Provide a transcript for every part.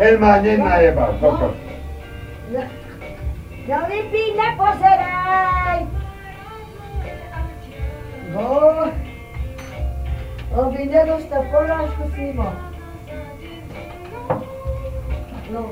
Elma nije najebao, gotovo. Na, na Olimpiji ne pozeraj! Gol! No, Obinjeno sta porašku svima. No,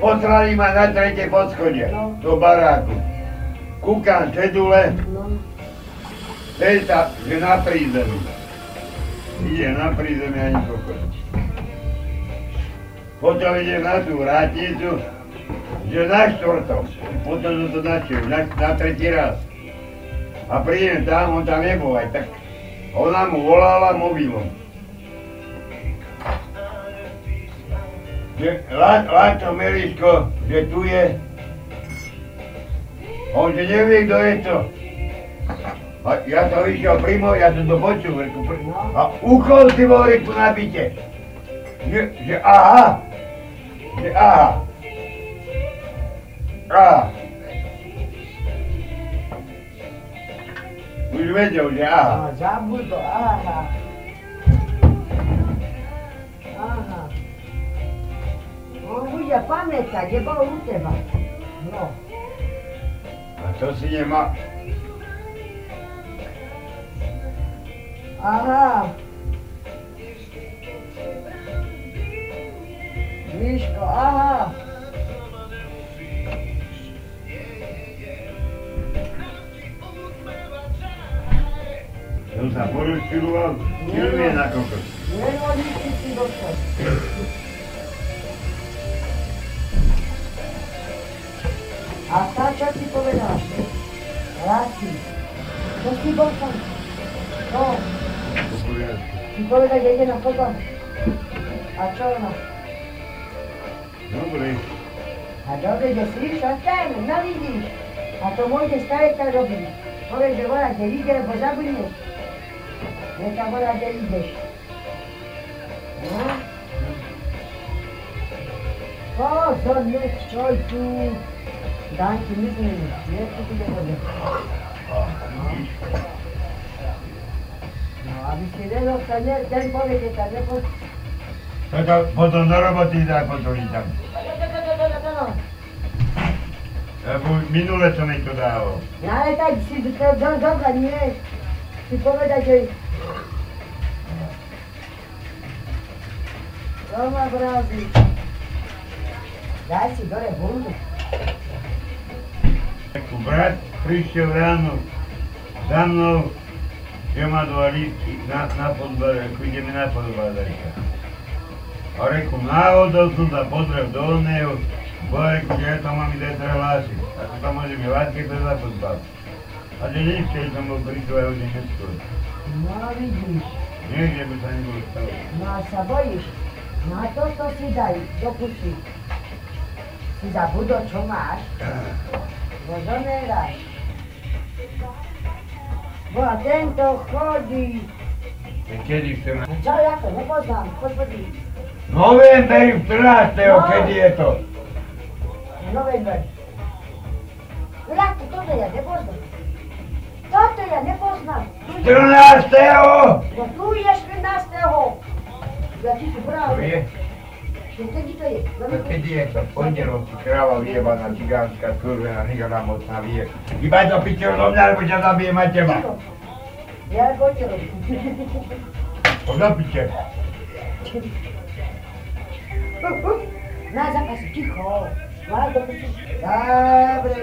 Potrali ma na treće poschodje, do baraku. Kukan cedule, no, teta je na prizemlju. Ide na prizemlju, ja niko Potom ide na tu vratnicu, že na čtvrtom. Potom sam to načio, na, na treći raz. A prijem tam, on tam ne bovaj, tak ona mu volala mobilom. Že La, Lato Meliško, že tu je. On že ne vie, kto je to. A ja sam išao primo, ja sam to počuo, reku, pri- a ukol si vo reku nabite. Že, že aha, že aha. A. Už vedel, že aha. a zabudo, aha. Aha. On bude pametan, je bol u teba. No, A to si nema, aha. Miško, aha. to sam poručiloval, ili je na kokos. Nema nisi ti došao. A šta čak ti povedala? Rasi. To si došao. To, ti poveda da ide na fotbal. A čo ona? Dobre, A dobro da sliš, ostane, ne vidiš. no, A to može starita robiti. Ove da mora da ide, bo zabrineš. Neka mora da ideš. No? O, za nek čaj tu. Dan ti mislim, neću ti da bude. No, a bi si redao kad ne, den povede, kad ne povede. Toto potom do roboty daj potom i tam. Lebo minule som mi to dával. Ja, ale tak si do, do, dobra, nie. Ty povedať, že... Doma vrazi. Daj si dole bundu. Ako brat prišiel ráno za mnou, že má dva lístky na, na podbare, ako ideme na podbareka. A reku, náhodou som sa pozrel do oného, bo reku, že ja tam mám ide hlásiť. Ako tam môžem je látke, to je za podbar. A že nechcel som bol pri dva hodiny neskôr. No vidíš, Nie, že by sa nebolo stalo. no a sa bojíš. No a toto si daj do pusy. Si zabudol, čo máš. Bo zoneráš. Bo a tento chodí. Kedy chcem A čo, ja to nepoznám, poď poď. November 13. kedy je to? November. Vlaku, toto ja nepoznam. Toto ja nepoznam. Tu je, 14. no tu je 14. Ja ti su To pravo. je, Što te ti to je? a kedy je to? Pondelok si krava vyjebaná, cigánska, skurvená, nikto nám moc navie. Iba to no, pičo do mňa, lebo ťa zabijem aj teba. Tiho. Ja je počelo. Poza piče. Na zapasu, tiho. Malo to počelo. Dobre.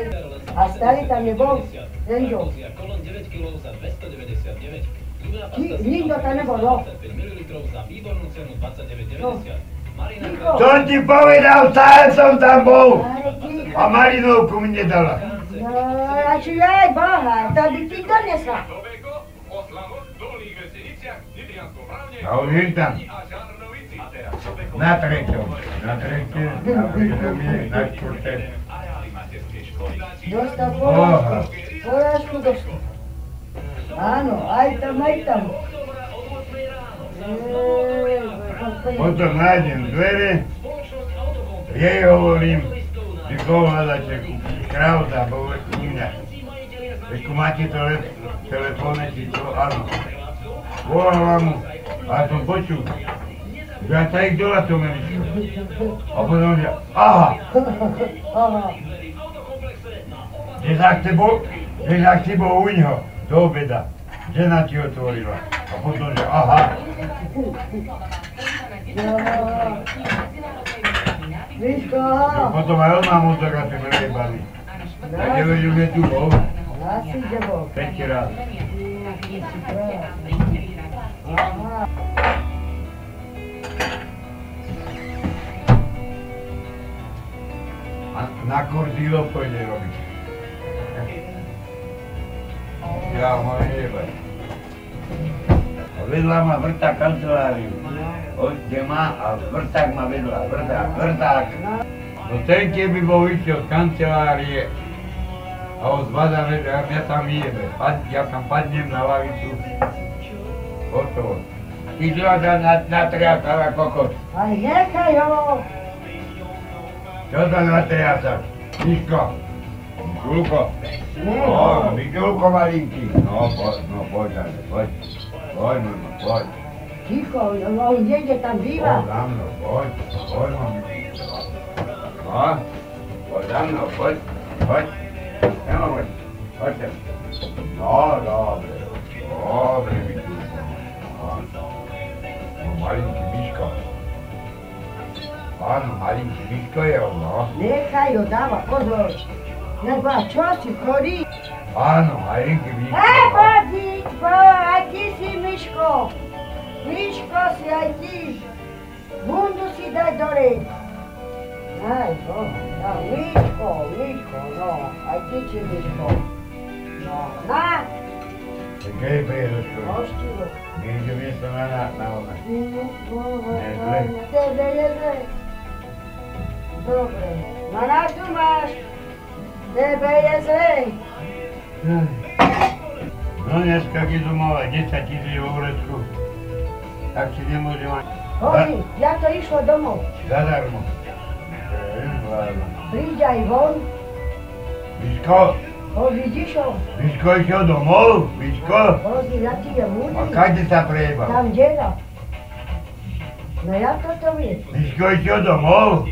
A stari tam je bol, Renžo. Kolon 9 kg za 299. Iná pasta Ni- za nikto tam nebol, no. 25 ml za výbornú cenu 29,90. No. Marináka Niko. To ti povedal, sám som tam bol. Ale tiho. A Marinovku mi nedala. Kánce. No, a ću ja i baha, da bi ti donesla. Novego, Oslavov, Dolný Vesenica, Nitrianskom Rávne A už je tam. a Žarnovici. A teraz Sobekom. Na treťom. Na treťom, na prvom je, na čtvrté. Areály materskej školy. Dosta porašku. Porašku dosta. Áno, aj tam, aj tam. Ej, pa- Potom nájdem dvere, jej hovorím, že pohľadáte krauda, bo u mňa. Reku, máte tele, telefóne, či čo? Áno. Volala mu, a som počul. Že ja tady dole to myslím. A potom, že aha, Aha. že za tebou, že za tebou u ňo, do obeda. Žena ti otvorila. A potom, že aha, Jo. Miško. a potom aj on má motorka, to bude baviť. Tak Nás, nevedel, že tu bol. nás ide Boh. Peký raz. Aha. A na kordilo pôjde robiť. Ja ho nejebať. A vedľa ma vrta kanceláriu. On kde má a vrták ma vedľa, vrták, vrták. No ten keby bol išiel z kancelárie a ho zbadá vedľa, ja tam jebe. Pad, ja tam padnem na lavicu. Hotovo. Ty zľada na, na triatala kokos. Aj nechaj ho. Čo sa na triatala? Miško. Žulko. Nech No, ho. Miguelko malinky. No, poď, no, poď, ale, poď. Poď, mama, poď. Ticho, on niekde tam Poď býva. za mnou, poď. Poď, mama. No, poď za mnou, poď. Poď. Nemo, poď. Poď sem. No, dobre. Dobre, Miguelko. No, no, malinky Miško. Áno, malinky Miško je on, no. Nechaj ho, dáva pozor. Nebo a čo si chodí? Áno, malinky Miško. Hej, no. Bobíčko, a ty si Miško. Miško si aj ty. Bundu si daj dole. Aj, to, no, Miško, Miško, no, aj ty si Miško. No, na, Kde je Bieloško? oštivo. Niekde miesto na, na, na, na. Ne, Tebe zle. je zle. Dobre, na radu máš. Tebe je zle. No dneska, keď som mala 10 tisíc v úrezku, tak si nemôžem mať Hovi, ja to išlo domov. zadarmo. Ej, vláda. Príď aj von, Miško, ho vidíš ho. Miško išiel domov, Miško. Pozri, aký je A múdry. kade sa prejebal? Tam deda. No ja toto viem. Miško išiel domov.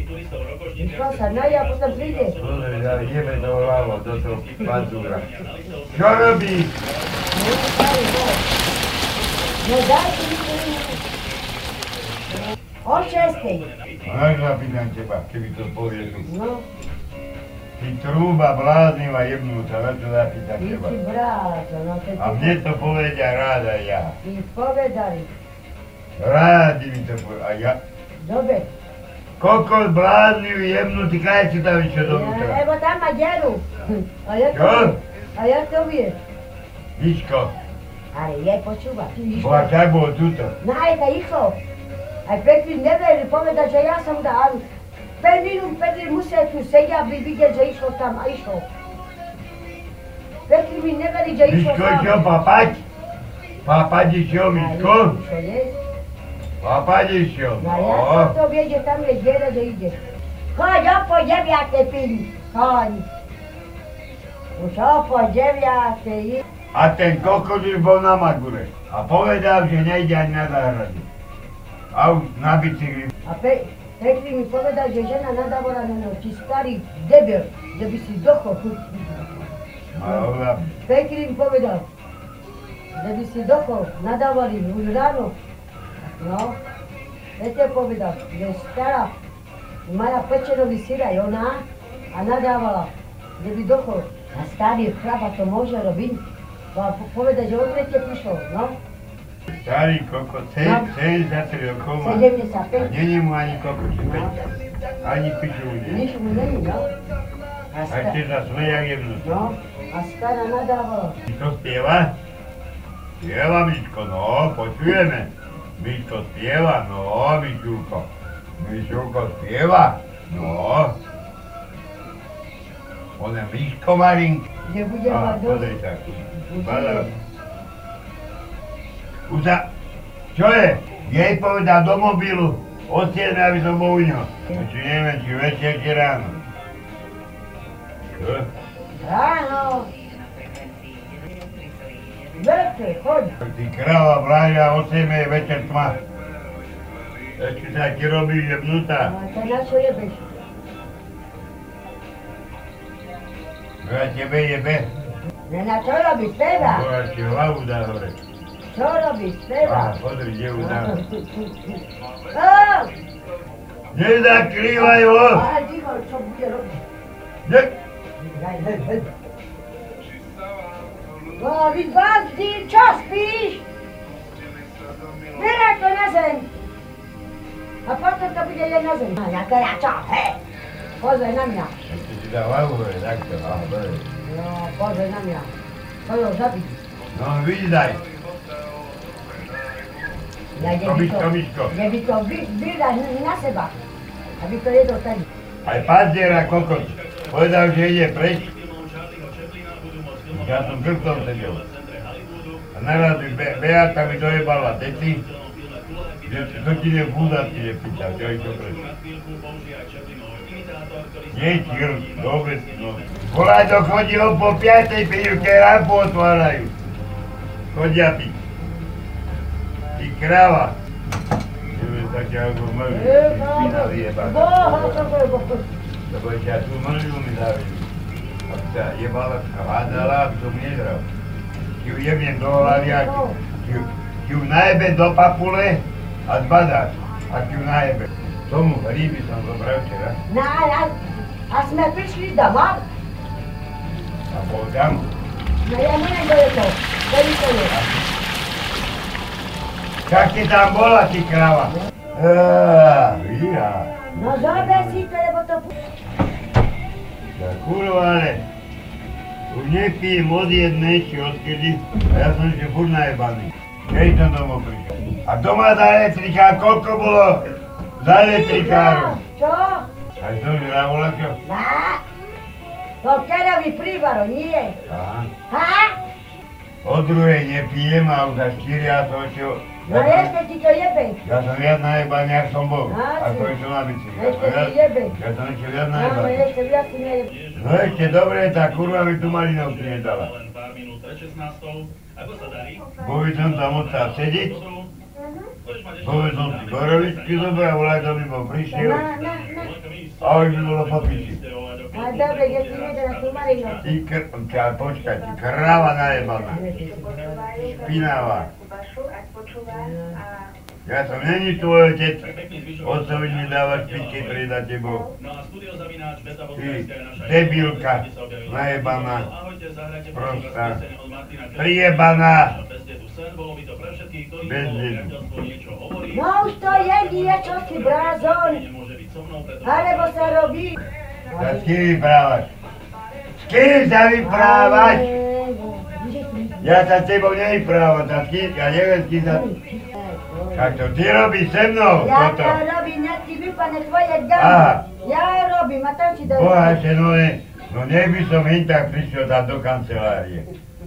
Išla sa naja, potom príde. Pozri, ja ideme do hlavo, do toho pazúra. Čo robíš? No, daj ho. No daj si mi to vidieť. O šestej. Máš zapýtam teba, keby to povieš. No, Ty trúba bláznila jebnúta, na to zapýtam ty teba. si brázo, no to A mne to povedia ráda ja. Ti povedali. Rádi mi to povedia. A ja, Dobre. Koľko bláznivý jemnutý, kaj si tam išiel Ja, dovnútra? evo tam ma deru. A ja to, Čo? a ja to viem. Miško, Ale je počúva. Ty bola išla. tak bolo tuto. Najka išao. A Petrin ne veri, poveda že ja sam da, ali pet minut Petrin musel tu se ja bi vidjel že išao tam, a išao. Petrin mi ne veri že išao Miško išiel tam. papať? Papať išiel A Miško? išao je. Papať išiel. Na O, ja sam to vidio tam je djeda da ide. Kaj, ja po devjate pili, kaj. Ušao po devjate i... a ten kokot už bol na Magure. A povedal, že nejde ani na záhradu. A už na bicykli. A pe, Petri mi povedal, že žena nadavora na noć, ti stari debel, da bi si doho A ona, Pekir im povedal da bi si doko nadavali u rano. No, Pete povedal da je stara Maja pečenovi sira i ona, a nadavala da bi doko a stari hraba to može robin. Pa po- povedal da je odred je prišao, no, starý kokot, No. sen, sen za tri okoma. 75. A není mu ani kokot, ani piču mu nie. niš mu ne no. A Aj sta- ty sa smeja jemnutý. no, a stara nadavala. Miško spieva? Spieva Miško, no, počujeme. Miško spieva, no, Mišulko. Mišulko spieva, no. On je Miško Marinko. Gdje bude A, pa do... podaj sa. Bada. Uza, čo je? Jej povedal do mobilu. Od 7, aby som bol u ňo. Či neviem, či večer, či ráno. Čo? Rano! Vrte, hodi! Ty kráva bráňa, 8 je večer tma. To ci tak robi jebnuta. No, A teraz co jebesz? Ja ciebie jebę. No na co robisz teraz? Bo cię łauda chore. Co robisz A, teraz? podry, gdzie uda. O! Nie zakrywaj o! Ale cicho, co będzie robić? Nie! Przystała do ludu, No, Witwaldy, co śpisz? przybysa do miłości. Wyrać to na zem. A potem to będzie je na zem. A No, ja teraz co? He! Pożej na mnie. Ja ci ci dała chore, tak to. A, dobra. No, pożej na mnie. To ją zabić. No widać. Ja nie Komiś, bi to- komiśko. Nie by to wy- wydać na seba. A by to jedno tak. Aj padziera kokot. Povedal, že ide preč. Ja som krkom sedel. A naraz mi Be- Beata mi dojebala deti. Že to ti je búda, ti je pýta, čo je to preč. Nie, ti grb, dobre, no. Volaj to chodilo po piatej pilivke, rampu otvárajú. Chodia piť. Ty kráva. Neviem, tak ja ako mrzí, špina vyjebaná. Boho, to było. Lebo ja tu mrzú mi zavili. A sa jebala, hádala, aby som nedral. Ti ju jebnem do hlavy a ti- ti ju- ti ju najebe do papule a zbadá. A ti ju najebe. Tomu ryby som zobral včera No, a, a sme prišli domov. a bol tam. No ja neviem, kto je to. Kto je to je? Čak ti tam bola, ty kráva. Á, Ja, No zober si to, lebo to... ja kurva, ale už nepijem od jednej, či odkedy, a ja som ešte furt najebaný. Keď som domov prišiel. A doma za elektrika, koľko bolo za elektrikárov? Čo? Aj to mi dávola čo? Na? To kerovi prívaro, nie? Aha. Ha? O druhej nepijem a už za štyria som ešte... No ešte ti to No, jebe. Ja som viac najebaný, ak som bol. Á, Ako si. ešte na bici. Ja Ešte som ti viac- jebe. ja som ešte viac Áno, najebaný. ešte viac si nejebe. No ešte dobre, tá kurva mi tu malinovku nedala. Len pár minút pred 16. Ako sa darí? Bol by som tam odtiaľ sedieť, no, Dobrú? Mhm. Budeš mať ešte... bol by som si gorovičky zobral, volaj to by bol prišiel. Na, na, na. A už by bolo po piči. A dobre, ja ti jebe na tú marinu. Ty kr... Ča, počkaj, ty kráva najebaná. Špinavá. Ja som není tvoj otec. Pekný zvyšok. Otcovi mi dávaš piči pred na tebou. No a studio zavináč Beta Ty Bodlenská je naša... debilka, No, najebaná, prostá, prijebaná. Bez dedu. No už to je, nie, čo si brázon. Alebo sa robí. Ja s kým vyprávaš? S kým sa vyprávaš? Ja sa s tebou nevyprávam, sa s kým, ja neviem, s kým sa... Tak to ty robíš se mnou, Ja toto. to robím, ja ti vypadne tvoje Aha. gamy. Ja robím, a tam si dám. Boha ešte no ne, no ne by som hneď tak prišiel tam do kancelárie.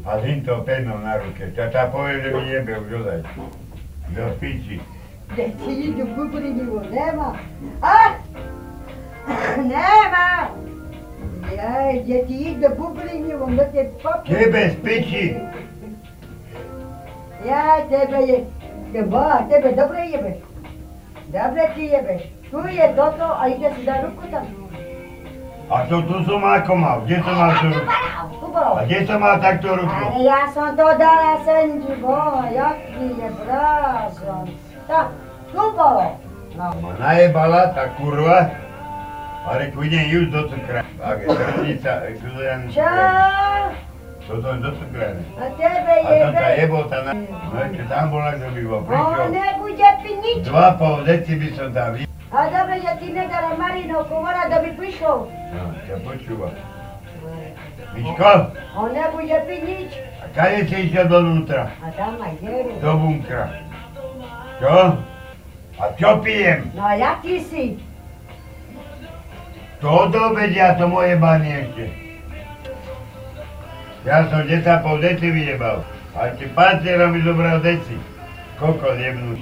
A s týmto penom na ruke. Ťa tá povie, že mi jebe už ozaj. Do piči. Deci idú kúpli divo, nema. A? Nema! Jaj, deti idú kúpli divo, da te popi. Tebe z piči. Ja tebe je, te ba, tebe dobro jebe. Dobre ti jebe. Tu je toto, a ide si da ruku tam. A to tu som ako mal. Kde som mal tú ruku? Tu A kde som mal takto ruku? Ale ja som to dala sem, boha, jak mi je brazon. Tak, tu bolo. No. Ma najebala tá kurva. A reku, idem ju do cukra. Tak je hrdnica, reku, to ja Čo? nesúkrajne. Toto je do cukra. A tebe A jebe. tam tá jebota na... No ešte tam bola, kto by bol prišiel. On nebude piť nič. Dva pol deci by som tam videl. A dobre, že ti nedala Marinovku vora, da bi prišel. No, ťa počúva. Miško, On nebude piť nič. a kade si išiel donútra? A tam aj jeru. Do bunkra. Čo? A čo pijem? No a jaký si? To do obedia to moje banie ešte. Ja som deta pol deci vyjebal. A ti pacera mi zobral deci. Koľko jebnú